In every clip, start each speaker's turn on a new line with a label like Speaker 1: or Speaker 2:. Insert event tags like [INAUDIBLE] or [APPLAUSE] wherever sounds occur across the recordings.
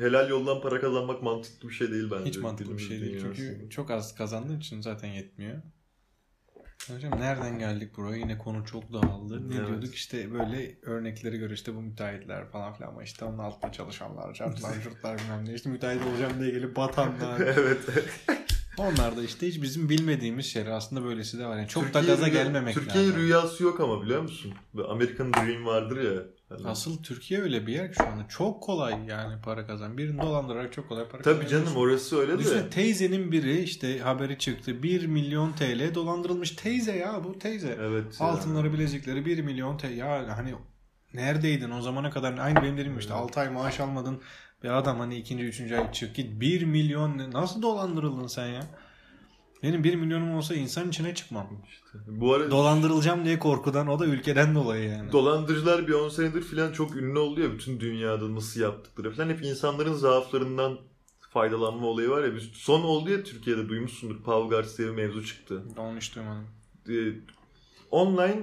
Speaker 1: helal yoldan para kazanmak mantıklı bir şey değil bence.
Speaker 2: Hiç mantıklı bir
Speaker 1: Günümüz
Speaker 2: şey değil. Çünkü
Speaker 1: dünyasında.
Speaker 2: çok az kazandığın için zaten yetmiyor. Hocam nereden geldik buraya? Yine konu çok dağıldı. Ne
Speaker 1: Evet.
Speaker 2: diyorduk işte böyle örnekleri göre işte bu müteahhitler falan filan ama işte onun altında
Speaker 1: [LAUGHS]
Speaker 2: çalışanlar, çarpılar, çurtlar bilmem ne. İşte müteahhit olacağım diye gelip
Speaker 1: [LAUGHS]
Speaker 2: batanlar.
Speaker 1: evet.
Speaker 2: Onlar da işte hiç bizim bilmediğimiz şeyler aslında böylesi de var. Yani çok
Speaker 1: Türkiye
Speaker 2: da gaza
Speaker 1: rüya-
Speaker 2: gelmemek
Speaker 1: Türkiye
Speaker 2: lazım.
Speaker 1: rüyası yok ama biliyor musun? Böyle American Dream vardır ya. Hani-
Speaker 2: Asıl Türkiye öyle bir yer ki şu anda çok kolay yani para kazan. Birini dolandırarak çok kolay para
Speaker 1: Tabii canım
Speaker 2: kazanıyorsun.
Speaker 1: orası öyle de.
Speaker 2: Düşünsene teyzenin biri işte haberi çıktı. 1 milyon TL dolandırılmış teyze ya bu teyze.
Speaker 1: Evet. ya.
Speaker 2: Altınları bilezikleri 1 milyon TL. Ya hani neredeydin o zamana kadar? Aynı benim dediğim gibi işte
Speaker 1: Evet.
Speaker 2: 6 ay maaş almadın. Bir adam hani ikinci üçüncü ay çık git 1 milyon ne- nasıl dolandırıldın sen ya? Benim 1 milyonum olsa insan içine çıkmam.
Speaker 1: İşte. Bu arada
Speaker 2: Dolandırılacağım diye korkudan o da ülkeden dolayı yani.
Speaker 1: dolandırıcılar bir 10 senedir filan çok ünlü oldu ya bütün dünyada nasıl yaptıkları filan. Hep insanların zaaflarından faydalanma olayı var ya. Biz son oldu ya Türkiye'de duymuşsundur. Pav Gars diye bir mevzu çıktı.
Speaker 2: Onu hiç duymadım.
Speaker 1: e, online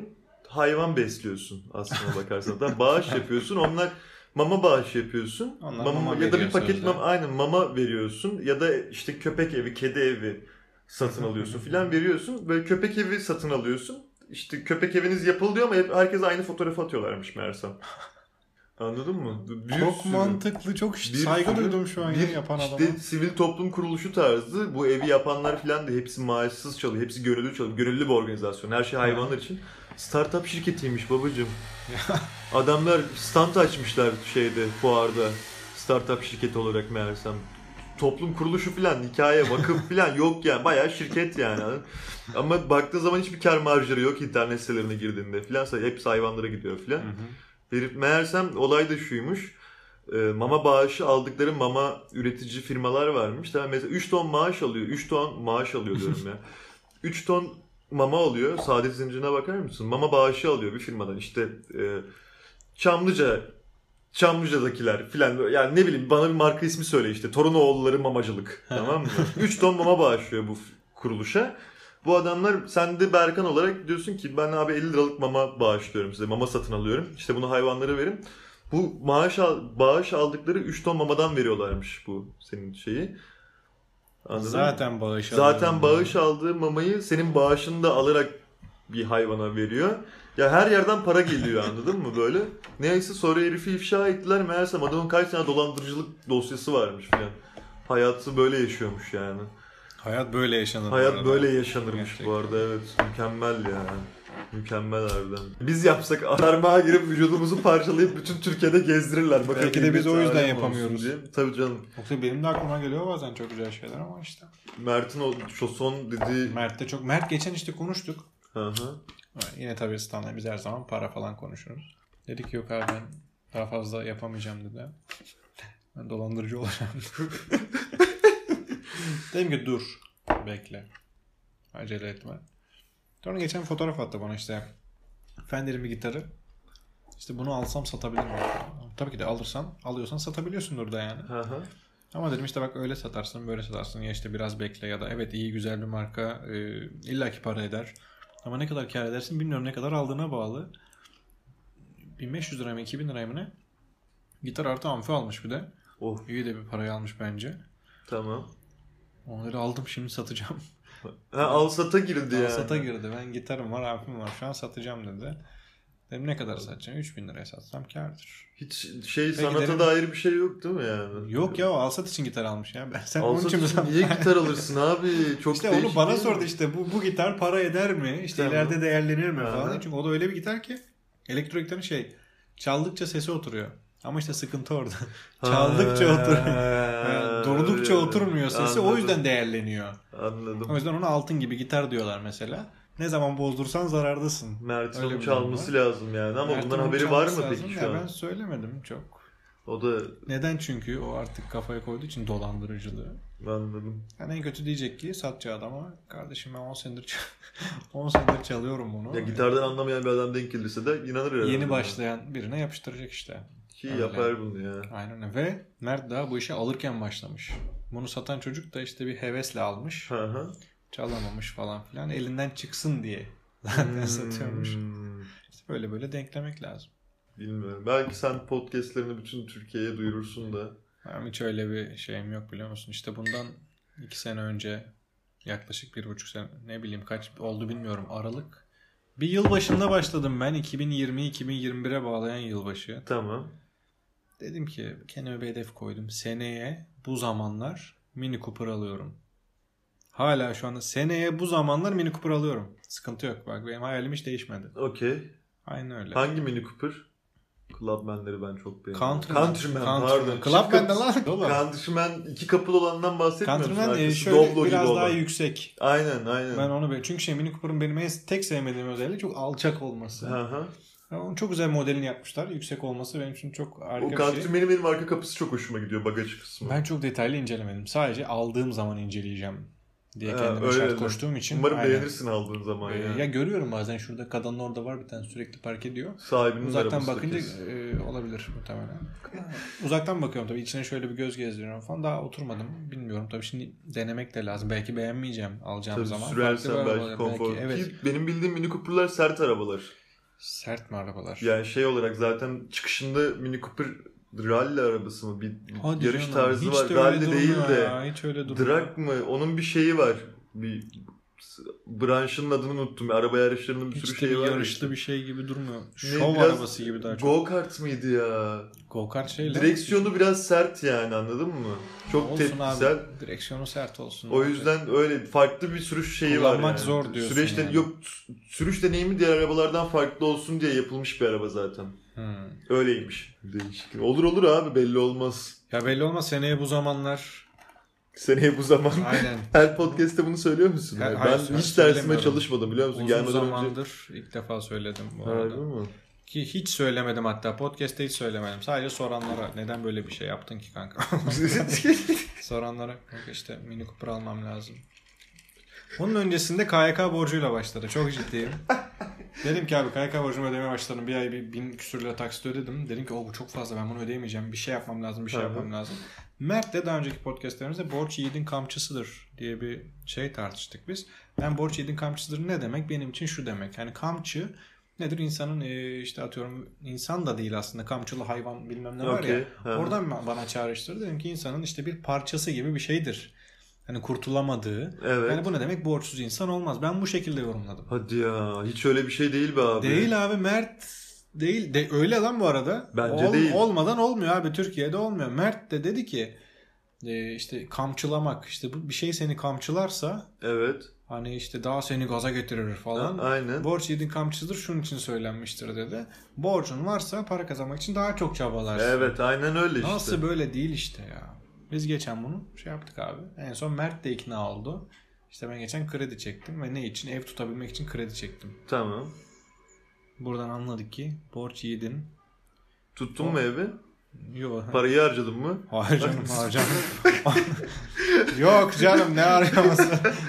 Speaker 1: hayvan besliyorsun aslında bakarsan. Tamam,
Speaker 2: [LAUGHS]
Speaker 1: bağış yapıyorsun. Onlar mama bağış yapıyorsun.
Speaker 2: Onlar
Speaker 1: mama,
Speaker 2: mama
Speaker 1: ya da bir
Speaker 2: veriyor
Speaker 1: paket
Speaker 2: sözde.
Speaker 1: mama, aynen mama veriyorsun ya da işte köpek evi, kedi evi satın alıyorsun filan veriyorsun. Böyle köpek evi satın alıyorsun. İşte köpek eviniz yapılıyor ama hep herkes aynı fotoğrafı atıyorlarmış
Speaker 2: [LAUGHS]
Speaker 1: meğersem. Anladın mı? Bir
Speaker 2: çok
Speaker 1: sürü-
Speaker 2: mantıklı, çok
Speaker 1: bir
Speaker 2: saygı
Speaker 1: sürü-
Speaker 2: duydum şu an ya
Speaker 1: bir
Speaker 2: yapan adama.
Speaker 1: işte sivil toplum kuruluşu tarzı bu evi yapanlar filan da hepsi maaşsız çalışıyor. Hepsi gönüllü çalışıyor. Gönüllü bir organizasyon. Her şey hayvanlar için. Startup şirketiymiş babacığım. Adamlar stand açmışlar şeyde fuarda. Startup şirketi olarak meğersem. Toplum kuruluşu filan, hikaye, vakıf filan yok yani. Bayağı şirket yani. Ama baktığın zaman hiçbir kar marjları yok internet sitelerine girdiğinde filan. Hepsi hayvanlara gidiyor filan.
Speaker 2: Hı hı.
Speaker 1: Herif meğersem olay da şuymuş. Ee, mama bağışı aldıkları mama üretici firmalar varmış. Tamam mesela 3 ton maaş alıyor. 3 ton maaş alıyor diyorum ya. 3 ton mama alıyor. Saadet zincirine bakar mısın? Mama bağışı alıyor bir firmadan. İşte e, Çamlıca Çamlıca'dakiler filan böyle- yani ne bileyim bana bir marka ismi söyle işte Torunoğulları Mamacılık tamam mı? 3 ton mama bağışlıyor bu f- kuruluşa. Bu adamlar sen de Berkan olarak diyorsun ki ben abi 50 liralık mama bağışlıyorum size mama satın alıyorum işte bunu hayvanlara verin. Bu maaş al- bağış aldıkları 3 ton mamadan veriyorlarmış bu senin şeyi. Anladın mı?
Speaker 2: Zaten bağış
Speaker 1: Zaten
Speaker 2: alıyorum.
Speaker 1: bağış aldığı mamayı senin bağışını da alarak bir hayvana veriyor. Ya her yerden para geliyor anladın mı böyle? Neyse sonra herifi ifşa ettiler. Meğersem adamın kaç tane dolandırıcılık dosyası varmış filan. Hayatı böyle yaşıyormuş yani.
Speaker 2: Hayat böyle yaşanır. bu
Speaker 1: Hayat
Speaker 2: arada.
Speaker 1: böyle yaşanırmış
Speaker 2: Gerçekten.
Speaker 1: bu arada evet. Mükemmel yani. Mükemmel harbiden. Biz yapsak alarmağa girip vücudumuzu parçalayıp bütün Türkiye'de gezdirirler. Bakın
Speaker 2: Belki de biz o
Speaker 1: milleti
Speaker 2: yüzden
Speaker 1: alem olsun
Speaker 2: yapamıyoruz.
Speaker 1: diye. Tabii canım.
Speaker 2: Yoksa benim de aklıma geliyor bazen çok güzel şeyler ama işte.
Speaker 1: Mert'in o şu son dediği...
Speaker 2: Mert de çok. Mert geçen işte konuştuk.
Speaker 1: Hı hı.
Speaker 2: Ha, Yine tabii Stan'la biz her zaman para falan konuşuruz. Dedik yok abi ben daha fazla yapamayacağım dedi. Ben dolandırıcı olacağım. [LAUGHS] Dedim ki dur. Bekle. Acele etme. Sonra geçen fotoğraf attı bana işte. Fender'in bir gitarı. İşte bunu alsam satabilir miyim? Tabii ki de alırsan, alıyorsan satabiliyorsundur da yani.
Speaker 1: Hı hı.
Speaker 2: Ama dedim işte bak öyle satarsın böyle satarsın ya işte biraz bekle ya da evet iyi güzel bir marka e, illaki para eder. Ama ne kadar kar edersin bilmiyorum ne kadar aldığına bağlı. 1500 lira mı 2000 lira mı ne? Gitar artı amfi almış bir de.
Speaker 1: Oh
Speaker 2: İyi de bir parayı almış bence.
Speaker 1: tamam.
Speaker 2: Onları aldım şimdi satacağım.
Speaker 1: Ha, al sata girdi yani.
Speaker 2: Sata girdi ben gitarım var amfim var şu an satacağım dedi. Dedim ne kadar satacağım? 3000 liraya satsam kardır.
Speaker 1: Hiç şey
Speaker 2: Peki,
Speaker 1: sanata
Speaker 2: derim-
Speaker 1: dair bir şey yok değil mi yani?
Speaker 2: Yok ya o alsat için gitar almış ya. Ben, sen
Speaker 1: Al
Speaker 2: onun
Speaker 1: sat
Speaker 2: için mi
Speaker 1: için
Speaker 2: sattın?
Speaker 1: niye gitar alırsın abi? Çok
Speaker 2: İşte onu
Speaker 1: değişik
Speaker 2: bana
Speaker 1: değil mi?
Speaker 2: sordu işte bu, bu gitar para eder mi? İşte
Speaker 1: Tamam.
Speaker 2: ileride değerlenir mi
Speaker 1: Aha.
Speaker 2: falan. Çünkü o da öyle bir gitar ki elektro gitarın şey çaldıkça sesi oturuyor. Ama işte sıkıntı orada. Çaldıkça
Speaker 1: Ha, [LAUGHS]
Speaker 2: oturuyor. [LAUGHS] Yani durdukça
Speaker 1: öyle.
Speaker 2: oturmuyor sesi. O
Speaker 1: Anladım,
Speaker 2: yüzden değerleniyor. O
Speaker 1: Anladım.
Speaker 2: yüzden ona altın gibi gitar diyorlar mesela. Ne zaman bozdursan zarardasın.
Speaker 1: Mert'in
Speaker 2: Öyle bir
Speaker 1: onu
Speaker 2: durum
Speaker 1: çalması lazım yani ama
Speaker 2: Mert'in
Speaker 1: bundan
Speaker 2: onu
Speaker 1: haberi var mı
Speaker 2: çalması
Speaker 1: peki
Speaker 2: lazım.
Speaker 1: şu
Speaker 2: Ya
Speaker 1: an?
Speaker 2: Ben söylemedim çok.
Speaker 1: O da
Speaker 2: Neden çünkü o artık kafaya koyduğu için dolandırıcılığı.
Speaker 1: anladım.
Speaker 2: Yani en kötü diyecek ki satçı adama kardeşim ben 10 senedir [LAUGHS] çal- 10 senedir çalıyorum bunu.
Speaker 1: Ya gitardan anlamayan bir adam denk gelirse de inanır herhalde.
Speaker 2: Yeni
Speaker 1: buna.
Speaker 2: başlayan birine yapıştıracak işte.
Speaker 1: Ki
Speaker 2: Öyle.
Speaker 1: yapar bunu ya.
Speaker 2: Aynen öyle. Ve Mert daha bu işe alırken başlamış. Bunu satan çocuk da işte bir hevesle almış.
Speaker 1: Hı
Speaker 2: [LAUGHS]
Speaker 1: hı.
Speaker 2: Çalamamış falan filan. Elinden çıksın diye [LAUGHS] zaten satıyormuş.
Speaker 1: Hmm,
Speaker 2: İşte böyle böyle denklemek lazım.
Speaker 1: Bilmiyorum. Belki sen podcastlerini bütün Türkiye'ye duyurursun da
Speaker 2: Benim hiç öyle bir şeyim yok biliyor musun? İşte bundan iki sene önce yaklaşık bir buçuk sene ne bileyim kaç oldu bilmiyorum Aralık. Bir yıl başında başladım ben 2020-2021'e bağlayan yılbaşı.
Speaker 1: Tamam.
Speaker 2: Dedim ki kendime bir hedef koydum. Seneye bu zamanlar Mini Cooper alıyorum. Hala şu anda seneye bu zamanlar Mini Cooper alıyorum. Sıkıntı yok bak benim hayalim hiç değişmedi.
Speaker 1: Okey.
Speaker 2: Aynı öyle.
Speaker 1: Hangi Mini Cooper? Clubman'leri ben çok beğeniyorum.
Speaker 2: Countryman.
Speaker 1: Countryman, pardon.
Speaker 2: Countryman.
Speaker 1: Çift
Speaker 2: Clubman'da
Speaker 1: kapı-
Speaker 2: lan. Oğlum.
Speaker 1: Countryman iki kapılı olandan bahsetmiyorum.
Speaker 2: Countryman e,
Speaker 1: Arkası
Speaker 2: şöyle
Speaker 1: Doblo gibi
Speaker 2: biraz daha
Speaker 1: olan.
Speaker 2: yüksek.
Speaker 1: Aynen aynen.
Speaker 2: Ben onu böyle çünkü şey Mini Cooper'ın benim en tek sevmediğim özelliği çok alçak olması.
Speaker 1: Hı hı.
Speaker 2: Ya onun çok güzel modelini yapmışlar. Yüksek olması benim için çok
Speaker 1: O
Speaker 2: harika bir şey.
Speaker 1: Countryman'in benim arka kapısı çok hoşuma gidiyor bagaj kısmı.
Speaker 2: Ben çok detaylı incelemedim. Sadece aldığım zaman inceleyeceğim diye
Speaker 1: Ha,
Speaker 2: kendime
Speaker 1: öyle
Speaker 2: şart
Speaker 1: öyle.
Speaker 2: koştuğum için.
Speaker 1: Umarım
Speaker 2: aynen.
Speaker 1: beğenirsin aldığın zaman
Speaker 2: Ee,
Speaker 1: ya.
Speaker 2: Ya görüyorum bazen şurada kadın orada var bir tane sürekli park ediyor.
Speaker 1: Sahibinin
Speaker 2: Uzaktan
Speaker 1: arabası da
Speaker 2: bakınca
Speaker 1: kesin.
Speaker 2: e, olabilir muhtemelen. Uzaktan bakıyorum tabii içine şöyle bir göz gezdiriyorum falan. Daha oturmadım. Bilmiyorum tabii şimdi denemek de lazım. Belki beğenmeyeceğim alacağım
Speaker 1: Tabii
Speaker 2: zaman.
Speaker 1: sürersen
Speaker 2: Farklı bir
Speaker 1: belki
Speaker 2: araba-
Speaker 1: konfor.
Speaker 2: belki- evet.
Speaker 1: Ki benim bildiğim Mini Cooper'lar sert arabalar.
Speaker 2: Sert mi arabalar?
Speaker 1: Yani şey olarak zaten çıkışında Mini Cooper rally arabası mı? Bir
Speaker 2: Hadi
Speaker 1: yarış
Speaker 2: canım,
Speaker 1: tarzı
Speaker 2: hiç
Speaker 1: var.
Speaker 2: de öyle
Speaker 1: rally değil
Speaker 2: durmuyor
Speaker 1: de.
Speaker 2: ya, hiç öyle durmuyor.
Speaker 1: Drag mı? Onun bir şeyi var. Bir s- branşının adını unuttum. Araba yarışlarının bir
Speaker 2: Hiç
Speaker 1: sürü
Speaker 2: de bir
Speaker 1: şeyi var.
Speaker 2: yarışlı bir şey gibi durmuyor. Şov
Speaker 1: biraz
Speaker 2: arabası gibi daha çok. Şey
Speaker 1: Go kart mıydı ya?
Speaker 2: Go kart şeyle.
Speaker 1: Direksiyonu biraz sert yani anladın mı? Çok
Speaker 2: olsun
Speaker 1: tepkisel.
Speaker 2: abi. Direksiyonu sert olsun.
Speaker 1: O yüzden öyle farklı bir sürüş şeyi var
Speaker 2: Kullanmak
Speaker 1: yani.
Speaker 2: zor diyorsun
Speaker 1: Süreç de-
Speaker 2: yani.
Speaker 1: yok s- sürüş deneyimi diğer arabalardan farklı olsun diye yapılmış bir araba zaten.
Speaker 2: Hmm.
Speaker 1: Öyleymiş. Değişik. Olur olur abi belli olmaz.
Speaker 2: Ya belli olmaz seneye bu zamanlar.
Speaker 1: [LAUGHS] Seneye bu zaman.
Speaker 2: Aynen.
Speaker 1: [LAUGHS] Her podcast'te bunu söylüyor musun?
Speaker 2: Her-
Speaker 1: ben
Speaker 2: hayır,
Speaker 1: hiç dersime
Speaker 2: söylemiyorum.
Speaker 1: çalışmadım biliyor musun?
Speaker 2: Uzun
Speaker 1: Gelmeden önce.
Speaker 2: zamandır ilk defa söyledim bu arada.
Speaker 1: Harbi [LAUGHS]
Speaker 2: [LAUGHS]
Speaker 1: mi?
Speaker 2: Ki hiç söylemedim hatta. Podcast'te hiç söylemedim. Sadece soranlara neden böyle bir şey yaptın ki kanka? [LAUGHS] soranlara kanka işte mini Cooper almam lazım. Onun öncesinde KYK borcuyla başladı. Çok ciddiyim. Dedim ki abi KYK borcumu ödemeye başladım. Bir ay bir bin küsür lira taksit ödedim. Dedim ki o bu çok fazla ben bunu ödeyemeyeceğim. Bir şey yapmam lazım, bir şey
Speaker 1: Hı hı.
Speaker 2: yapmam lazım. Mert de daha önceki podcastlerimizde borç yiğidin kamçısıdır diye bir şey tartıştık biz. Ben borç yiğidin kamçısıdır ne demek? Benim için şu demek. Yani kamçı nedir? İnsanın e, işte atıyorum insan da değil aslında kamçılı hayvan bilmem ne var ya.
Speaker 1: Okey, hı.
Speaker 2: Oradan bana çağrıştırdı. Dedim ki insanın işte bir parçası gibi bir şeydir. Hani kurtulamadığı.
Speaker 1: Evet.
Speaker 2: Yani bu ne demek? Borçsuz insan olmaz. Ben bu şekilde yorumladım.
Speaker 1: Hadi ya. Hiç öyle bir şey değil be abi.
Speaker 2: Değil abi Mert değil. De, öyle lan bu arada.
Speaker 1: Bence değil.
Speaker 2: Olmadan olmuyor abi. Türkiye'de olmuyor. Mert de dedi ki e, işte kamçılamak. işte bu bir şey seni kamçılarsa
Speaker 1: Evet.
Speaker 2: hani işte daha seni gaza getirir falan.
Speaker 1: A- aynen.
Speaker 2: Borç yediğin kamçıdır şunun için söylenmiştir dedi. Borcun varsa para kazanmak için daha çok çabalarsın.
Speaker 1: Evet aynen öyle işte.
Speaker 2: Nasıl böyle değil işte ya. Biz geçen bunu şey yaptık abi. En son Mert de ikna oldu. İşte ben geçen kredi çektim ve ne için? Ev tutabilmek için kredi çektim.
Speaker 1: Tamam.
Speaker 2: Buradan anladık ki borç yiğidin.
Speaker 1: Tuttun mu evi?
Speaker 2: Yo.
Speaker 1: Parayı harcadın mı?
Speaker 2: [LAUGHS] Hayır canım [LAUGHS] harcam. Yok canım ne harcaması.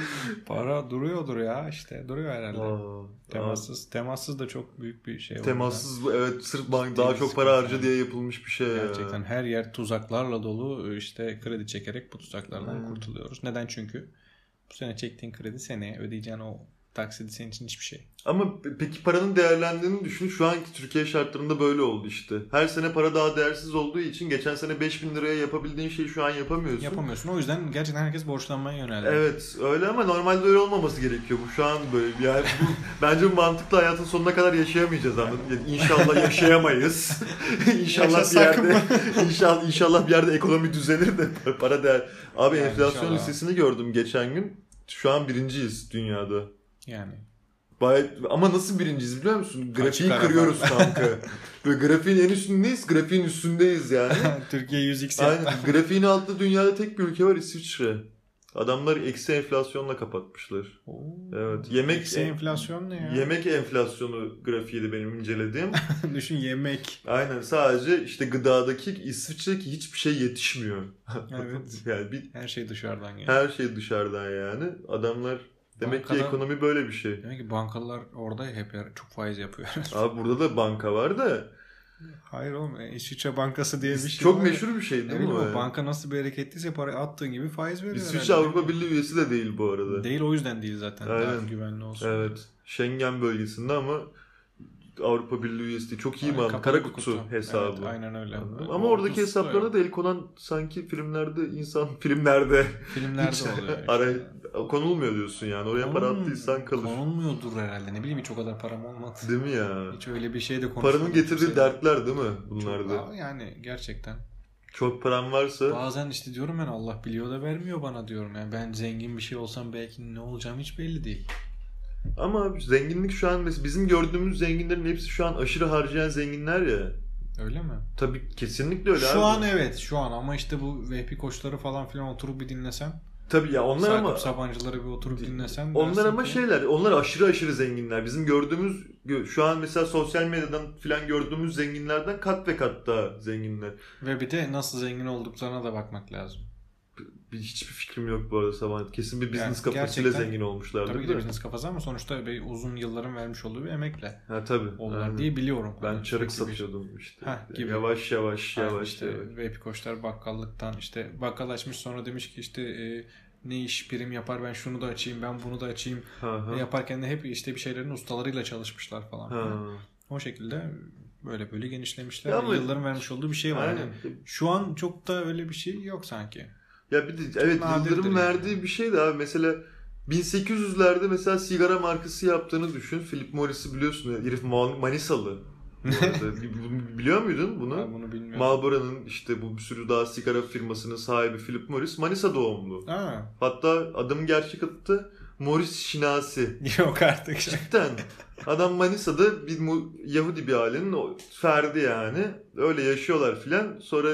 Speaker 2: [LAUGHS] Para duruyordur ya işte duruyor herhalde.
Speaker 1: Aa,
Speaker 2: Temassız. Temassız da çok büyük bir şey.
Speaker 1: aa.
Speaker 2: oldu.
Speaker 1: Temassız bu, evet sırf bank
Speaker 2: Ciddi
Speaker 1: daha
Speaker 2: bir
Speaker 1: çok
Speaker 2: sıkıntı
Speaker 1: para harca
Speaker 2: yani.
Speaker 1: diye yapılmış bir şey ya.
Speaker 2: Gerçekten her yer tuzaklarla dolu. İşte kredi çekerek bu tuzaklardan
Speaker 1: Hmm.
Speaker 2: kurtuluyoruz. Neden çünkü bu sene çektiğin kredi seneye ödeyeceğin o taksidi senin için hiçbir şey.
Speaker 1: Ama pe- peki paranın değerlendiğini düşün. Şu anki Türkiye şartlarında böyle oldu işte. Her sene para daha değersiz olduğu için geçen sene 5000 liraya yapabildiğin şeyi şu an yapamıyorsun.
Speaker 2: Yapamıyorsun. O yüzden gerçekten herkes borçlanmaya yöneldi.
Speaker 1: Evet öyle ama normalde öyle olmaması gerekiyor. Bu şu an böyle bir- yani bu, [LAUGHS] bence bu mantıklı hayatın sonuna kadar yaşayamayacağız anladın mı? Yani İnşallah yaşayamayız. [LAUGHS] inşallah bir
Speaker 2: Yaşasak
Speaker 1: [LAUGHS] yerde inşallah, inşallah bir yerde ekonomi düzelir de [LAUGHS] para- para değer. Abi
Speaker 2: Yani
Speaker 1: enflasyon
Speaker 2: inşallah.
Speaker 1: listesini gördüm geçen gün. Şu an birinciyiz dünyada.
Speaker 2: Yani. [LAUGHS]
Speaker 1: Bay- ama nasıl birinciyiz biliyor musun? Grafiği
Speaker 2: araba.
Speaker 1: kırıyoruz kanka. Böyle grafiğin en üstündeyiz, grafiğin üstündeyiz yani.
Speaker 2: Türkiye 100x
Speaker 1: Aynen. Grafiğin altında dünyada tek bir ülke var İsviçre. Adamlar eksi enflasyonla kapatmışlar.
Speaker 2: Oo.
Speaker 1: Evet, yemek- e,
Speaker 2: Eksi enflasyon ne ya?
Speaker 1: Yemek enflasyonu grafiğiydi benim incelediğim.
Speaker 2: [LAUGHS] Düşün yemek.
Speaker 1: Aynen sadece işte gıdadaki İsviçre'deki hiçbir şey yetişmiyor.
Speaker 2: Evet.
Speaker 1: [LAUGHS] yani bir,
Speaker 2: Her şey dışarıdan geliyor.
Speaker 1: her şey dışarıdan yani. Adamlar demek ki
Speaker 2: Bankadan-
Speaker 1: ekonomi böyle bir şey.
Speaker 2: Demek ki bankalar orada hep yer- çok faiz yapıyor. [LAUGHS]
Speaker 1: Abi burada da banka var da
Speaker 2: Hayır oğlum e, İsviçre Bankası diye bir şey.
Speaker 1: çok
Speaker 2: var ya.
Speaker 1: meşhur bir şey
Speaker 2: Ne
Speaker 1: değil mi?
Speaker 2: bileyim
Speaker 1: o
Speaker 2: o
Speaker 1: yani?
Speaker 2: banka nasıl bir hareketliyse parayı attığın gibi faiz veriyor.
Speaker 1: İsviçre
Speaker 2: herhalde.
Speaker 1: Avrupa Birliği üyesi de değil bu arada.
Speaker 2: Değil o yüzden değil zaten. Daha
Speaker 1: Aynen.
Speaker 2: güvenli olsun.
Speaker 1: Evet. Schengen bölgesinde ama Avrupa Birliği üyesi değil. Çok iyi
Speaker 2: Aynen,
Speaker 1: man.
Speaker 2: kapalı
Speaker 1: Kara
Speaker 2: bir
Speaker 1: kutu,
Speaker 2: kutu.
Speaker 1: hesabı.
Speaker 2: Evet, aynen öyle.
Speaker 1: Ama
Speaker 2: Orta
Speaker 1: oradaki
Speaker 2: kutu,
Speaker 1: hesaplara
Speaker 2: evet.
Speaker 1: da el konan sanki filmlerde insan [LAUGHS] filmlerde
Speaker 2: filmlerde
Speaker 1: hiç
Speaker 2: oluyor. işte.
Speaker 1: ara konulmuyor diyorsun yani. Oraya para
Speaker 2: Konulm-
Speaker 1: attıysan kalır.
Speaker 2: Konulmuyordur herhalde. Ne bileyim hiç o kadar param olmadı.
Speaker 1: Değil mi ya?
Speaker 2: Hiç öyle bir şey de konuşmadım.
Speaker 1: Paranın getirdiği
Speaker 2: kimseyle.
Speaker 1: dertler değil mi bunlarda?
Speaker 2: Çok-
Speaker 1: Çok,
Speaker 2: Aa, Yani gerçekten.
Speaker 1: param varsa
Speaker 2: Bazen işte diyorum ben Allah biliyor da vermiyor bana diyorum. Yani ben zengin bir şey olsam belki ne olacağım hiç belli değil.
Speaker 1: ama abi zenginlik şu an mesela bizim gördüğümüz zenginlerin hepsi şu an aşırı harcayan zenginler ya.
Speaker 2: Öyle mi?
Speaker 1: Tabii kesinlikle öyle
Speaker 2: şu
Speaker 1: abi.
Speaker 2: an evet şu an ama işte bu Vehbi Koçları falan filan oturup bir dinlesem.
Speaker 1: Tabii ya onlar
Speaker 2: Sakıp
Speaker 1: ama
Speaker 2: Sabancıları bir oturup dinlesem.
Speaker 1: Onlar
Speaker 2: dersin
Speaker 1: ama
Speaker 2: ki-
Speaker 1: şeyler, onlar aşırı aşırı zenginler. Bizim gördüğümüz, gö- şu an mesela sosyal medyadan filan gördüğümüz zenginlerden kat ve kat daha zenginler.
Speaker 2: Ve bir de nasıl zengin olduklarına da bakmak lazım.
Speaker 1: Bir- Hiçbir fikrim yok bu arada Sabancı. Kesin bir business
Speaker 2: Yani
Speaker 1: kafasıyla
Speaker 2: gerçekten-
Speaker 1: zengin olmuşlardır.
Speaker 2: Tabii
Speaker 1: değil
Speaker 2: ki de
Speaker 1: mi?
Speaker 2: business kafası ama sonuçta bir uzun yılların vermiş olduğu bir emekle
Speaker 1: Ha tabii.
Speaker 2: oldular
Speaker 1: Aynen.
Speaker 2: diye biliyorum.
Speaker 1: Ben
Speaker 2: Hani
Speaker 1: çarık
Speaker 2: sürekli bir-
Speaker 1: satıyordum Şey işte.
Speaker 2: Heh, gibi.
Speaker 1: Yavaş yavaş
Speaker 2: Yani
Speaker 1: yavaş
Speaker 2: işte
Speaker 1: yavaş.
Speaker 2: Vehbi Koçlar bakkallıktan işte bakkal açmış sonra demiş ki işte e, ne iş prim yapar ben şunu da açayım ben bunu da açayım.
Speaker 1: Ha, ha.
Speaker 2: Yaparken de hep işte bir şeylerin ustalarıyla çalışmışlar falan.
Speaker 1: Ha.
Speaker 2: O şekilde böyle böyle genişlemişler.
Speaker 1: Ya ama-
Speaker 2: Yılların vermiş olduğu bir şey var.
Speaker 1: Aynen.
Speaker 2: Yani şu an çok da öyle bir şey yok sanki.
Speaker 1: Ya bir de evet
Speaker 2: Nadirdir
Speaker 1: Yıldırım
Speaker 2: yani.
Speaker 1: verdiği bir şey de abi mesela 1800'lerde mesela sigara markası yaptığını düşün. Philip Morris'i biliyorsun. ya, Herif Man- Manisalı. Bu
Speaker 2: [LAUGHS]
Speaker 1: arada. Biliyor muydun bunu?
Speaker 2: Ben bunu bilmiyorum.
Speaker 1: Marlboro'nun işte bu bir sürü daha sigara firmasının sahibi Philip Morris Manisa doğumlu.
Speaker 2: Aa,
Speaker 1: Hatta adamın gerçek adı da Morris Şinasi.
Speaker 2: yok artık.
Speaker 1: Cidden. Adam Manisa'da bir mu- Yahudi bir ailenin o- ferdi yani. Öyle yaşıyorlar filan. Sonra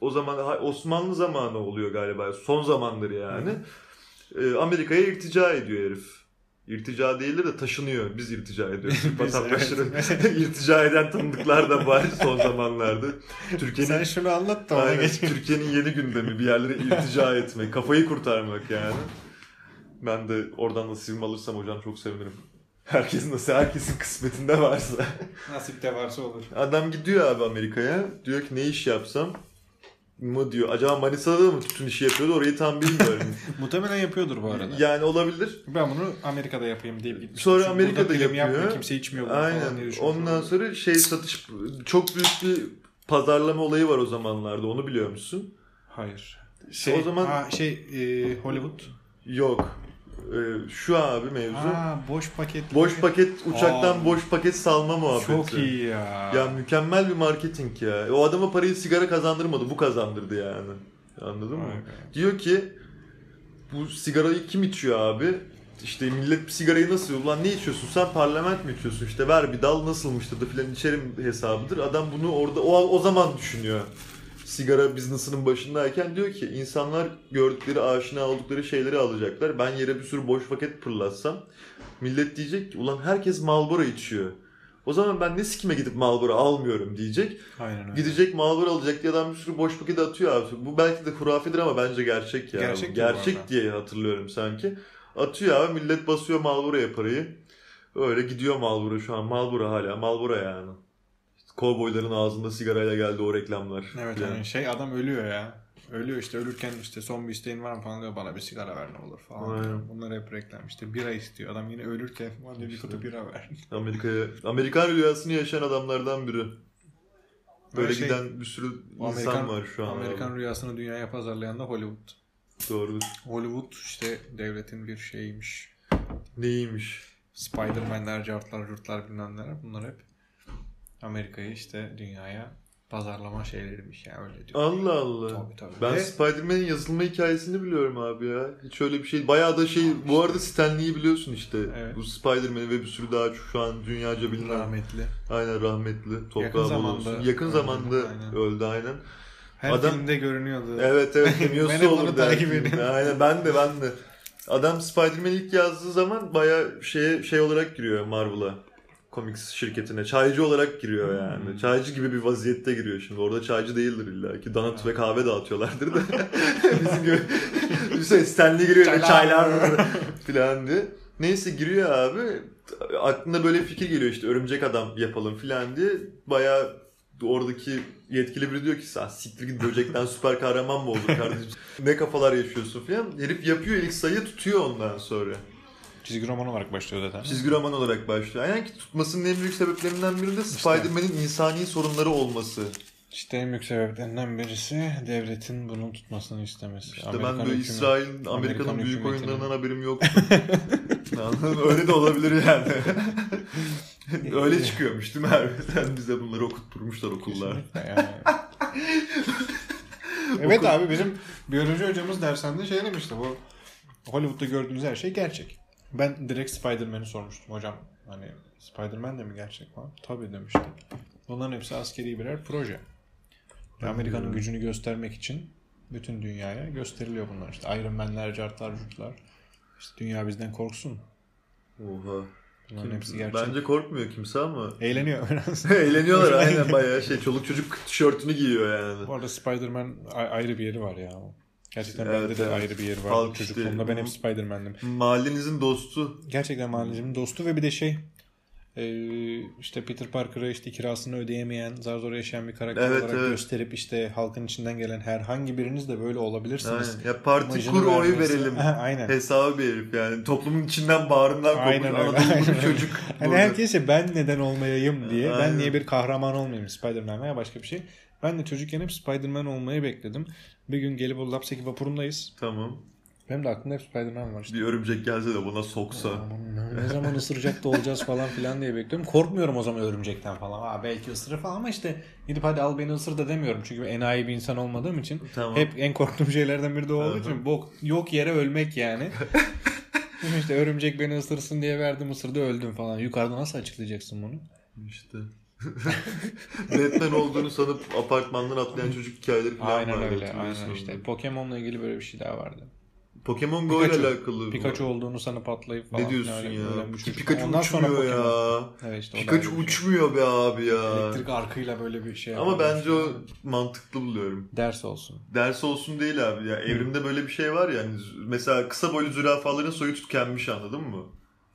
Speaker 1: o zaman ha- Osmanlı zamanı oluyor galiba. Son zamandır yani. Ee, Amerika'ya irtica ediyor herif. İrtica değildir de taşınıyor. Biz irtica ediyoruz. Türk
Speaker 2: Biz,
Speaker 1: Vatandaşları [LAUGHS]
Speaker 2: evet.
Speaker 1: irtica eden tanıdıklar da var son zamanlarda. Türkiye'nin
Speaker 2: Sen şunu anlat da ona
Speaker 1: Aynen.
Speaker 2: [LAUGHS] geçelim.
Speaker 1: Türkiye'nin yeni gündemi bir yerlere
Speaker 2: [LAUGHS]
Speaker 1: irtica etmek, kafayı kurtarmak yani. Ben de oradan nasibimi alırsam hocam çok sevinirim. Herkesin nasıl herkesin kısmetinde varsa.
Speaker 2: Nasip de varsa olur.
Speaker 1: Adam gidiyor abi Amerika'ya. Diyor ki ne iş yapsam mı diyor. Acaba Manisa'da da mı tütün işi yapıyordu orayı tam bilmiyorum.
Speaker 2: Muhtemelen yapıyordur bu arada.
Speaker 1: yani olabilir.
Speaker 2: Ben bunu Amerika'da yapayım deyip gitmiş.
Speaker 1: Sonra
Speaker 2: Çünkü
Speaker 1: Amerika'da
Speaker 2: burada prim
Speaker 1: yapıyor.
Speaker 2: yapmıyor, kimse içmiyor bunu falan diye
Speaker 1: Aynen.
Speaker 2: düşünmüş
Speaker 1: Ondan
Speaker 2: olabilir.
Speaker 1: sonra şey satış çok büyük bir pazarlama olayı var o zamanlarda. Onu biliyor musun?
Speaker 2: Hayır. Şey,
Speaker 1: o zaman
Speaker 2: Aa, şey e, Hollywood.
Speaker 1: yok. Ee, şu abi mevzu.
Speaker 2: Aa, boş paket.
Speaker 1: Boş paket uçaktan
Speaker 2: Aa.
Speaker 1: boş paket salma muhabbeti.
Speaker 2: Çok iyi ya.
Speaker 1: Ya mükemmel bir marketing ya. O adama parayı sigara kazandırmadı, bu kazandırdı yani. Anladın mı?
Speaker 2: Vay be.
Speaker 1: Diyor ki bu sigarayı kim içiyor abi? İşte millet bir sigarayı nasıl ulan ne içiyorsun sen parlament mi içiyorsun işte ver bir dal nasılmış tadı filan içerim hesabıdır. Adam bunu orada o, o zaman düşünüyor. Sigara biznasının başındayken diyor ki insanlar gördükleri aşina oldukları şeyleri alacaklar. Ben yere bir sürü boş paket pırlatsam millet diyecek ki ulan herkes Marlboro içiyor. O zaman ben ne sikime gidip Marlboro almıyorum diyecek.
Speaker 2: Aynen öyle.
Speaker 1: Gidecek mağdur alacak diye adam bir sürü boş paketi atıyor abi. Bu belki de hurafedir ama bence gerçek ya.
Speaker 2: Gerçek mi bu arada?
Speaker 1: diye hatırlıyorum sanki. Atıyor abi millet basıyor Marlboro'ya parayı. Öyle gidiyor Marlboro şu an. Marlboro hala Marlboro yani. Kovboyların ağzında sigarayla geldi o reklamlar.
Speaker 2: Evet
Speaker 1: Yani.
Speaker 2: yani şey adam ölüyor ya. Ölüyor işte ölürken işte son bir isteğin var mı falan diyor bana bir sigara ver ne olur falan.
Speaker 1: Aynen.
Speaker 2: Bunlar hep reklam işte bira istiyor. Adam yine ölürken bana bir kutu bira ver.
Speaker 1: Amerika'ya Amerikan rüyasını yaşayan adamlardan biri. Böyle
Speaker 2: Böyle şey,
Speaker 1: giden bir sürü
Speaker 2: bu
Speaker 1: insan var şu an. abi.
Speaker 2: Amerikan rüyasını dünyaya pazarlayan da Hollywood.
Speaker 1: Doğru.
Speaker 2: Hollywood işte devletin bir şeyiymiş.
Speaker 1: Neymiş?
Speaker 2: Spider-Man'ler, cartlar, curtlar bilmem neler bunlar hep Amerika'yı işte dünyaya pazarlama şeyleriymiş yani öyle diyor.
Speaker 1: Allah Allah.
Speaker 2: Tabii tabii.
Speaker 1: Ben
Speaker 2: Ve-
Speaker 1: Spider-Man'in yazılma hikayesini biliyorum abi ya. Hiç öyle bir şey. Bayağı da şey. Bu arada Stan Lee'yi biliyorsun işte.
Speaker 2: Evet.
Speaker 1: Bu Spider-Man'i ve bir sürü daha şu an dünyaca bilinen.
Speaker 2: rahmetli.
Speaker 1: Aynen rahmetli. Toprağı
Speaker 2: Yakın
Speaker 1: bol
Speaker 2: zamanda
Speaker 1: olsun. Yakın
Speaker 2: öldü,
Speaker 1: zamanda
Speaker 2: aynen.
Speaker 1: öldü aynen.
Speaker 2: Her
Speaker 1: Adam-
Speaker 2: filmde görünüyordu.
Speaker 1: Evet evet
Speaker 2: [LAUGHS] Ben
Speaker 1: demiyorsa
Speaker 2: hep
Speaker 1: olur
Speaker 2: onu
Speaker 1: der.
Speaker 2: takip ediyorum.
Speaker 1: Aynen ben de ben de. Adam Spider-Man ilk yazdığı zaman bayağı şeye şey olarak giriyor Marvel'a. Comics şirketine. Çaycı olarak giriyor yani.
Speaker 2: Hmm.
Speaker 1: Çaycı gibi bir vaziyette giriyor şimdi. Orada çaycı değildir illa ki. Donut ve kahve dağıtıyorlardır
Speaker 2: [LAUGHS]
Speaker 1: da. Bizim gibi. [LAUGHS] Düşünsene Stanley giriyor ve
Speaker 2: Çaylar.
Speaker 1: çaylar filan diye. Neyse giriyor abi. Aklına böyle fikir geliyor işte örümcek adam yapalım filan diye. Bayağı oradaki yetkili biri diyor ki sen siktir git böcekten süper kahraman mı olur kardeşim? ne kafalar yaşıyorsun filan. Herif yapıyor ilk sayı tutuyor ondan sonra.
Speaker 2: Çizgi roman olarak başlıyor zaten.
Speaker 1: Çizgi roman olarak başlıyor. Aynen ki tutmasının en büyük sebeplerinden biri de Spider-Man'in insani sorunları olması.
Speaker 2: İşte en büyük sebeplerinden birisi devletin bunu tutmasını istemesi.
Speaker 1: İşte
Speaker 2: Amerikan
Speaker 1: ben böyle
Speaker 2: hükümeti-
Speaker 1: İsrail'in Amerika'nın
Speaker 2: Amerikan
Speaker 1: büyük
Speaker 2: hükümetinin-
Speaker 1: oyunlarından haberim yoktu. [LAUGHS] Anladın mı? Öyle de olabilir yani. [LAUGHS] Öyle çıkıyormuş değil mi harbiden? Bize bunları okutturmuşlar okullar.
Speaker 2: Kesinlikle yani. evet abi bizim biyoloji hocamız dershanede şey demişti bu Hollywood'da gördüğünüz her şey gerçek. Ben direkt Spider-Man'i sormuştum hocam. Hani Spider-Man de mi gerçek falan? Tabii demişti. Bunların hepsi askeri birer proje. Ve Amerika'nın gücünü göstermek için bütün dünyaya gösteriliyor bunlar. İşte Iron Man'ler, cartlar, curtlar. İşte dünya bizden korksun.
Speaker 1: Oha.
Speaker 2: Bunların hepsi gerçek.
Speaker 1: Bence korkmuyor kimse ama. [LAUGHS]
Speaker 2: Eğleniyor biraz.
Speaker 1: Eğleniyorlar aynen bayağı şey. Çoluk çocuk tişörtünü giyiyor yani.
Speaker 2: [LAUGHS] Bu arada Spider-Man a- ayrı bir yeri var ya. Gerçekten
Speaker 1: Evet,
Speaker 2: bende de
Speaker 1: evet.
Speaker 2: ayrı bir yeri var.
Speaker 1: Halk işte,
Speaker 2: Çocukluğumda ben hep
Speaker 1: hı.
Speaker 2: Spider-Man'dim.
Speaker 1: Mahallenizin dostu.
Speaker 2: Gerçekten mahallecinin dostu ve bir de şey eee, işte Peter Parker'ı işte kirasını ödeyemeyen, zar zor yaşayan bir karakter
Speaker 1: Evet,
Speaker 2: olarak
Speaker 1: evet.
Speaker 2: gösterip işte halkın içinden gelen herhangi biriniz de böyle olabilirsiniz.
Speaker 1: Aynen. Ya parti
Speaker 2: İmajını
Speaker 1: kur oyu
Speaker 2: vermesi-
Speaker 1: verelim.
Speaker 2: Ha, [LAUGHS] aynen.
Speaker 1: Hesabı bir herif yani. Toplumun içinden bağrından
Speaker 2: Aynen
Speaker 1: kopmuş
Speaker 2: öyle,
Speaker 1: Anadolu'lu
Speaker 2: aynen
Speaker 1: bir çocuk.
Speaker 2: Hani
Speaker 1: burada.
Speaker 2: herkese ben neden olmayayım diye, ben
Speaker 1: Aynen.
Speaker 2: niye bir kahraman olmayayım Spider-Man veya başka bir şey. Ben de çocukken hep Spider-Man olmayı bekledim. Bir gün Gelibolu Lapseki vapurundayız.
Speaker 1: Tamam.
Speaker 2: Benim de aklımda hep Spider-Man var işte.
Speaker 1: Bir örümcek gelse de buna soksa.
Speaker 2: Aman ne zaman ısıracak da olacağız falan filan diye bekliyorum. Korkmuyorum o zaman örümcekten falan. Aa, belki ısırır falan ama işte gidip hadi al beni ısır da demiyorum. Çünkü ben enayi bir insan olmadığım için.
Speaker 1: Tamam.
Speaker 2: Hep en korktuğum şeylerden biri de o olduğu için. Bok, yok yere
Speaker 1: [LAUGHS]
Speaker 2: ölmek yani. işte örümcek beni ısırsın diye verdim ısırdı öldüm falan. Yukarıda nasıl açıklayacaksın bunu?
Speaker 1: İşte. [LAUGHS] Batman olduğunu sanıp apartmandan atlayan çocuk hikayeleri falan
Speaker 2: aynen
Speaker 1: vardı,
Speaker 2: öyle.
Speaker 1: hatırlıyorsun
Speaker 2: Aynen işte.
Speaker 1: onları.
Speaker 2: Pokemon'la ilgili böyle bir şey daha vardı.
Speaker 1: Pokemon Go ile
Speaker 2: Pikachu.
Speaker 1: alakalı. bu.
Speaker 2: Pikachu olduğunu sanıp atlayıp falan.
Speaker 1: Ne diyorsun
Speaker 2: filan
Speaker 1: ya?
Speaker 2: öyle ölen bir çocuk.
Speaker 1: Pikachu
Speaker 2: Ondan sonra
Speaker 1: uçmuyor
Speaker 2: Pokemon.
Speaker 1: ya.
Speaker 2: Evet işte o da
Speaker 1: Pikachu
Speaker 2: ayrı bir şey.
Speaker 1: uçmuyor be abi ya.
Speaker 2: Elektrik arkıyla böyle bir şey
Speaker 1: Ama
Speaker 2: yapıyorlar.
Speaker 1: bence o mantıklı buluyorum.
Speaker 2: ders olsun.
Speaker 1: Ders olsun değil abi ya. Evrimde böyle bir şey var ya. hani zü- mesela kısa boylu zürafaların soyu tükenmiş anladın mı?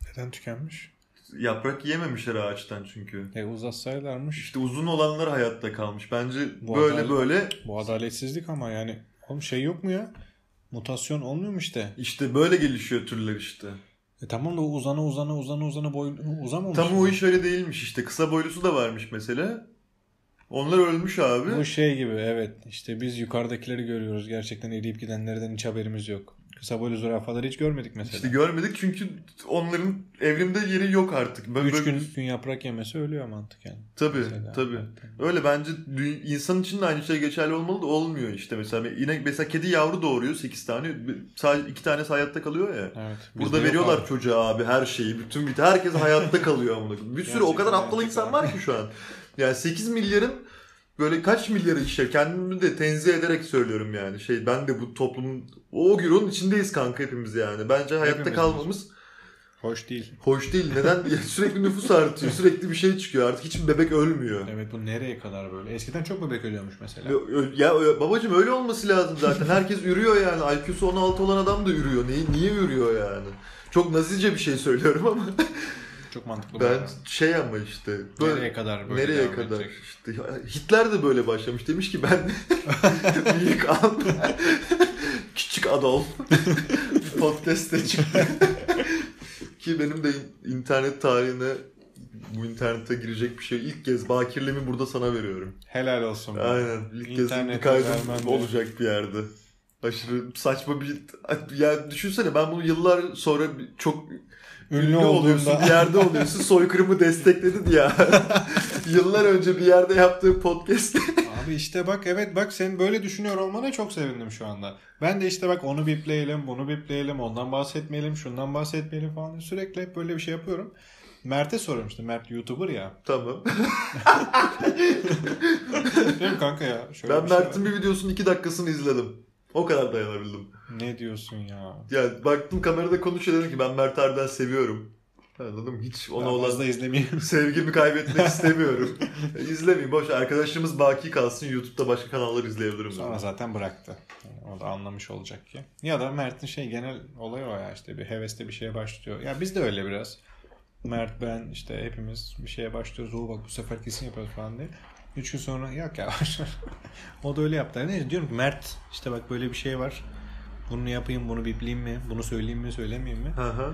Speaker 2: Neden tükenmiş?
Speaker 1: Yaprak yiyememişler ağaçtan çünkü.
Speaker 2: E uzatsaylarmış.
Speaker 1: İşte uzun olanlar hayatta kalmış. Bence
Speaker 2: Bu
Speaker 1: böyle
Speaker 2: adalet-
Speaker 1: böyle
Speaker 2: Bu adaletsizlik ama yani. Oğlum şey yok mu ya? Mutasyon olmuyor mu işte?
Speaker 1: işte böyle gelişiyor türler işte.
Speaker 2: E tamam da o uzana uzana uzana uzana boy uzamamış.
Speaker 1: Tam
Speaker 2: mı?
Speaker 1: o iş öyle değilmiş işte. Kısa boylusu da varmış mesela. Onlar ölmüş abi.
Speaker 2: Bu şey gibi evet. İşte biz yukarıdakileri görüyoruz. Gerçekten eriyip gidenlerden hiç haberimiz yok. Kısa boylu zürafaları hiç görmedik mesela.
Speaker 1: İşte görmedik çünkü onların evrimde yeri yok artık. Ben
Speaker 2: Üç
Speaker 1: böyle-
Speaker 2: gün, gün yaprak yemesi ölüyor mantıken.
Speaker 1: Tabii,
Speaker 2: Mesela.
Speaker 1: tabii.
Speaker 2: Evet.
Speaker 1: Öyle bence dü- insan için de aynı şey geçerli olmalı da olmuyor işte. Mesela inek mesela kedi yavru doğuruyor 8 tane. Sadece 2 tanesi hayatta kalıyor ya.
Speaker 2: Evet. bizde
Speaker 1: Burada
Speaker 2: yok
Speaker 1: veriyorlar
Speaker 2: abi.
Speaker 1: çocuğa abi her şeyi. Bütün bit herkes hayatta kalıyor amına koyayım. Bir sürü o kadar
Speaker 2: Gerçekten
Speaker 1: aptal
Speaker 2: hayatta
Speaker 1: insan
Speaker 2: kalıyor.
Speaker 1: var ki şu an. Yani 8 milyarın böyle kaç milyarı işte kendimi de tenzih ederek söylüyorum yani. Şey ben de bu toplumun o gürünün içindeyiz kanka hepimiz yani. Bence hayatta
Speaker 2: Hepimiz.
Speaker 1: kalmamız
Speaker 2: Hoş değil.
Speaker 1: hoş değil. Neden? diye [LAUGHS] sürekli nüfus artıyor. Sürekli bir şey çıkıyor. Artık hiçbir bebek ölmüyor.
Speaker 2: Evet bu nereye kadar böyle? Eskiden çok bebek ölüyormuş mesela.
Speaker 1: Ya, ö- Ya ö- babacım öyle olması lazım zaten. Herkes ürüyor yani. IQ'su 16 olan adam da ürüyor. Niye, niye ürüyor yani? Çok nazice bir şey söylüyorum ama
Speaker 2: Çok mantıklı. bu
Speaker 1: ben
Speaker 2: arada.
Speaker 1: şey ama işte böyle
Speaker 2: nereye kadar böyle
Speaker 1: nereye
Speaker 2: devam
Speaker 1: kadar
Speaker 2: edecek?
Speaker 1: işte Hitler de böyle başlamış demiş ki ben
Speaker 2: [LAUGHS]
Speaker 1: büyük an [LAUGHS] küçük Adolf bir podcast'te
Speaker 2: [LAUGHS]
Speaker 1: çıktı ki benim de in- internet tarihine bu internete girecek bir şey ilk kez bakirliğimi burada sana veriyorum.
Speaker 2: Helal olsun. be.
Speaker 1: Aynen. İlk kez
Speaker 2: İnternete
Speaker 1: bir
Speaker 2: vermen
Speaker 1: kaydım
Speaker 2: de-
Speaker 1: olacak bir yerde. Aşırı saçma bir... Ya düşünsene ben bunu yıllar sonra bir- çok
Speaker 2: Ünlü,
Speaker 1: ünlü oluyorsun,
Speaker 2: olduğunda
Speaker 1: bir yerde oluyorsun. Soykırımı destekledi ya. yıllar önce bir yerde yaptığı
Speaker 2: [LAUGHS]
Speaker 1: podcast.
Speaker 2: [LAUGHS] Abi işte bak evet bak senin böyle düşünüyor olmana çok sevindim şu anda. Ben de işte bak onu bipleyelim, bunu bipleyelim, ondan bahsetmeyelim, şundan bahsetmeyelim falan diye sürekli hep böyle bir şey yapıyorum. Mert'e soruyorum işte Mert YouTuber ya. [LAUGHS]
Speaker 1: tamam.
Speaker 2: Değil mi kanka ya? Şöyle
Speaker 1: Ben
Speaker 2: bir şey var.
Speaker 1: Mert'in bir videosunun iki dakikasını izledim. O kadar dayanabildim.
Speaker 2: Ne diyorsun ya?
Speaker 1: Yani baktım kamerada konuşuyor dedim ki ben Mert Arden seviyorum. Anladım hiç ona
Speaker 2: Ona
Speaker 1: olan
Speaker 2: fazla
Speaker 1: [LAUGHS]
Speaker 2: izlemeyeyim.
Speaker 1: Sevgimi
Speaker 2: [LAUGHS]
Speaker 1: kaybetmek istemiyorum. İzlemeyin boş. ver. Arkadaşımız baki kalsın. YouTube'da başka kanallar izleyebilirim.
Speaker 2: Sonra zaten bıraktı. Yani o da anlamış olacak ki. Ya da Mert'in şey genel olayı o ya işte bir hevesle bir şeye başlıyor. Ya biz de öyle biraz. Mert ben işte hepimiz bir şeye başlıyoruz. Oo bak bu sefer kesin yaparız falan diye. Üç gün sonra yok ya boş ver." [LAUGHS] o da öyle yaptı. Yani Neyse diyorum ki Mert işte bak böyle bir şey var. Bunu yapayım bunu bipleyeyim mi? Bunu söyleyeyim mi söylemeyeyim mi?
Speaker 1: Hı hı.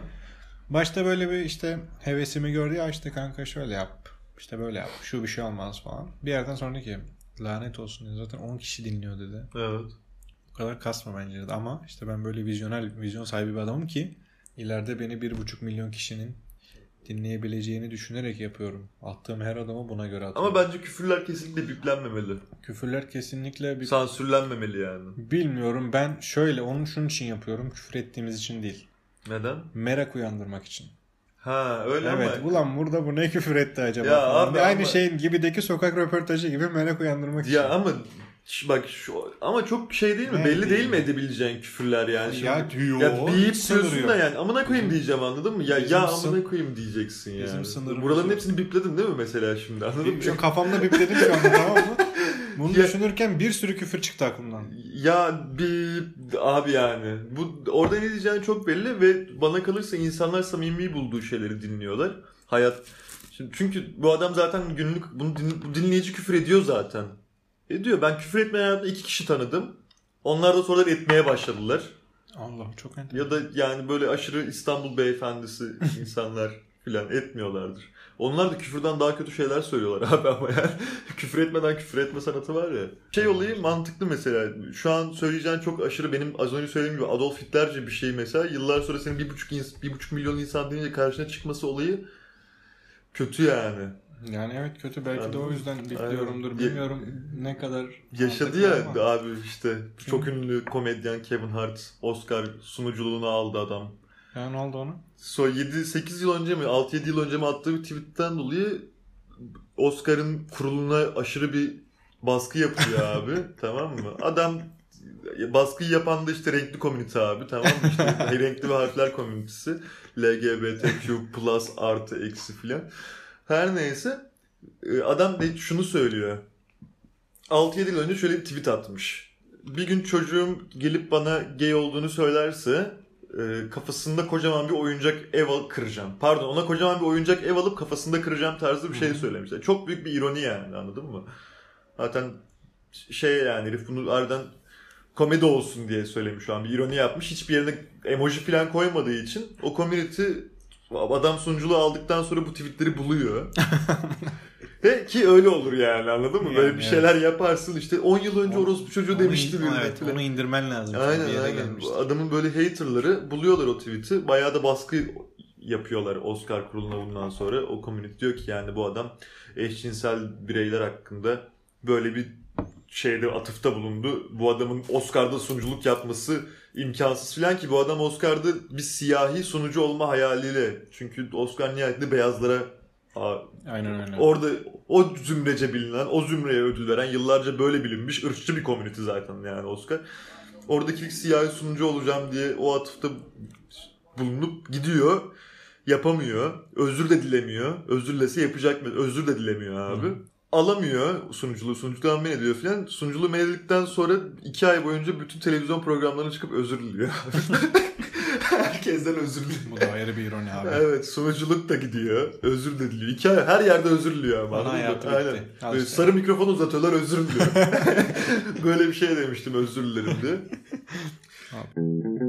Speaker 2: Başta böyle bir işte hevesimi gördü ya işte kanka şöyle yap. işte böyle yap. Şu bir şey olmaz falan. Bir yerden sonra ki lanet olsun dedi. Zaten 10 kişi dinliyor dedi.
Speaker 1: Evet.
Speaker 2: Bu kadar kasma bence dedi. Ama işte ben böyle vizyoner, vizyon sahibi bir adamım ki ileride beni 1,5 milyon kişinin dinleyebileceğini düşünerek yapıyorum. Attığım her adamı buna göre atıyorum.
Speaker 1: Ama bence küfürler kesinlikle büklenmemeli.
Speaker 2: Küfürler kesinlikle bir...
Speaker 1: Sansürlenmemeli yani.
Speaker 2: Bilmiyorum ben şöyle onun şunun için yapıyorum. Küfür ettiğimiz için değil.
Speaker 1: Neden?
Speaker 2: Merak uyandırmak için.
Speaker 1: Ha öyle
Speaker 2: evet
Speaker 1: ama.
Speaker 2: ulan burada bu ne küfür etti acaba?
Speaker 1: Ya
Speaker 2: falan.
Speaker 1: abi
Speaker 2: Aynı
Speaker 1: ama-
Speaker 2: şeyin gibideki sokak röportajı gibi merak uyandırmak
Speaker 1: Ya
Speaker 2: için.
Speaker 1: ama ş- bak şu ama çok şey değil mi?
Speaker 2: Şey. Ne
Speaker 1: Belli
Speaker 2: değil
Speaker 1: değil mi
Speaker 2: mi?
Speaker 1: edebileceğin küfürler yani? Şimdi-
Speaker 2: ya diyor.
Speaker 1: ya biyip
Speaker 2: sınırı
Speaker 1: diyorsun
Speaker 2: yok.
Speaker 1: da yani amına koyayım diyeceğim anladın mı? Ya
Speaker 2: Bizim
Speaker 1: ya
Speaker 2: sın-
Speaker 1: amına koyayım diyeceksin yani.
Speaker 2: bizim sınırımız
Speaker 1: Buraların
Speaker 2: yok.
Speaker 1: hepsini bipledin değil mi mesela şimdi anladın mı?
Speaker 2: Şu kafamda bipledim şu anda tamam mı? Bunu
Speaker 1: Ya-
Speaker 2: düşünürken bir sürü küfür çıktı aklımdan.
Speaker 1: Ya bip abi yani. Bu orada ne diyeceğini çok belli ve bana kalırsa insanlar samimi bulduğu şeyleri dinliyorlar. Hayat Şimdi çünkü bu adam zaten günlük bunu din- bu dinleyici küfür ediyor zaten. E diyor ben küfür etmeyen hayatımda iki kişi tanıdım. Onlar da sonradan etmeye başladılar.
Speaker 2: Allah çok enteresan.
Speaker 1: Ya da yani böyle aşırı İstanbul
Speaker 2: [LAUGHS]
Speaker 1: beyefendisi insanlar filan etmiyorlardır. Onlar da küfürden daha kötü şeyler söylüyorlar [LAUGHS] abi ama yani küfür etmeden küfür etme sanatı var ya. Şey olayı mantıklı mesela. Şu an söyleyeceğin çok aşırı benim az önce söylediğim gibi Adolf Hitler'ce bir şey mesela. Yıllar sonra senin bir buçuk, ins- bir buçuk milyon insan deyince karşına çıkması olayı kötü yani.
Speaker 2: Yani evet kötü belki de o
Speaker 1: Anladım.
Speaker 2: yüzden bipliyorumdur.
Speaker 1: Aynen.
Speaker 2: Bilmiyorum ne kadar
Speaker 1: Yaşadı
Speaker 2: mantıklı
Speaker 1: ya
Speaker 2: ama.
Speaker 1: abi işte çok ünlü komedyen Kevin Hart Oscar sunuculuğunu aldı adam.
Speaker 2: Ya ne oldu ona?
Speaker 1: So 7-8 yıl önce mi 6-7 yıl önce mi attığı bir tweetten dolayı Oscar'ın kuruluna aşırı bir baskı yapıyor abi [LAUGHS] tamam mı? Adam baskıyı yapan da işte renkli komünite abi tamam mı?
Speaker 2: [LAUGHS]
Speaker 1: İşte renkli ve harfler komünitesi. LGBTQ plus artı eksi filan. Her neyse e, adam de şunu söylüyor. 6-7 yıl önce şöyle bir tweet atmış. Bir gün çocuğum gelip bana gay olduğunu söylerse e, kafasında kocaman bir oyuncak ev alıp kıracağım. Pardon ona kocaman bir oyuncak ev alıp kafasında kıracağım tarzı bir şey
Speaker 2: Hı.
Speaker 1: söylemişler. Çok büyük bir ironi yani anladın mı? Zaten şey yani herif bunu ardından komedi olsun diye söylemiş şu an. Bir ironi yapmış. Hiçbir yerine emoji falan koymadığı için o community adam sunuculuğu aldıktan sonra bu tweetleri
Speaker 2: [LAUGHS]
Speaker 1: buluyor. Ve ki öyle olur yani anladın mı? Böyle
Speaker 2: Yani
Speaker 1: bir
Speaker 2: evet.
Speaker 1: şeyler yaparsın işte 10 yıl önce orospu çocuğu
Speaker 2: Onu
Speaker 1: demişti
Speaker 2: in-
Speaker 1: birine
Speaker 2: Evet
Speaker 1: falan.
Speaker 2: onu indirmen lazım. çünkü bir
Speaker 1: Aynen
Speaker 2: yere
Speaker 1: aynen.
Speaker 2: gelmişti.
Speaker 1: Bu adamın böyle haterları buluyorlar o tweet'i. Bayağı da baskı yapıyorlar Oscar kuruluna bundan sonra. O komünite diyor ki yani bu adam eşcinsel bireyler hakkında böyle bir şeyde atıfta bulundu. Bu adamın Oscar'da sunuculuk yapması imkansız filan ki bu adam Oscar'da bir siyahi sunucu olma hayaliyle. Çünkü Oscar nihayetinde beyazlara a-
Speaker 2: Aynen öyle.
Speaker 1: Orada o zümrece bilinen, o zümreye ödül veren, yıllarca böyle bilinmiş ırkçı bir komünite zaten yani Oscar. Oradaki ilk siyahi sunucu olacağım diye o atıfta bulunup gidiyor. Yapamıyor. Özür de dilemiyor. Özürlese yapacak mı? Özür de dilemiyor abi.
Speaker 2: Hı.
Speaker 1: Alamıyor sunuculuğu. Sunucudan men ediyor filan. Sunuculuğu men edildikten sonra iki ay boyunca bütün televizyon programlarına çıkıp özür diliyor. [LAUGHS] Herkesten özür diliyor.
Speaker 2: Bu da ayrı bir ironi abi.
Speaker 1: Evet sunuculuk da gidiyor. Özür de diliyor. İki, her yerde özür diliyor ama.
Speaker 2: Bana
Speaker 1: Anladın mı?
Speaker 2: hayatı
Speaker 1: Aynen.
Speaker 2: bitti. Al
Speaker 1: Böyle
Speaker 2: işte.
Speaker 1: Sarı mikrofon uzatıyorlar
Speaker 2: [LAUGHS]
Speaker 1: özür diliyor. Böyle bir şey demiştim özür dilerim diye.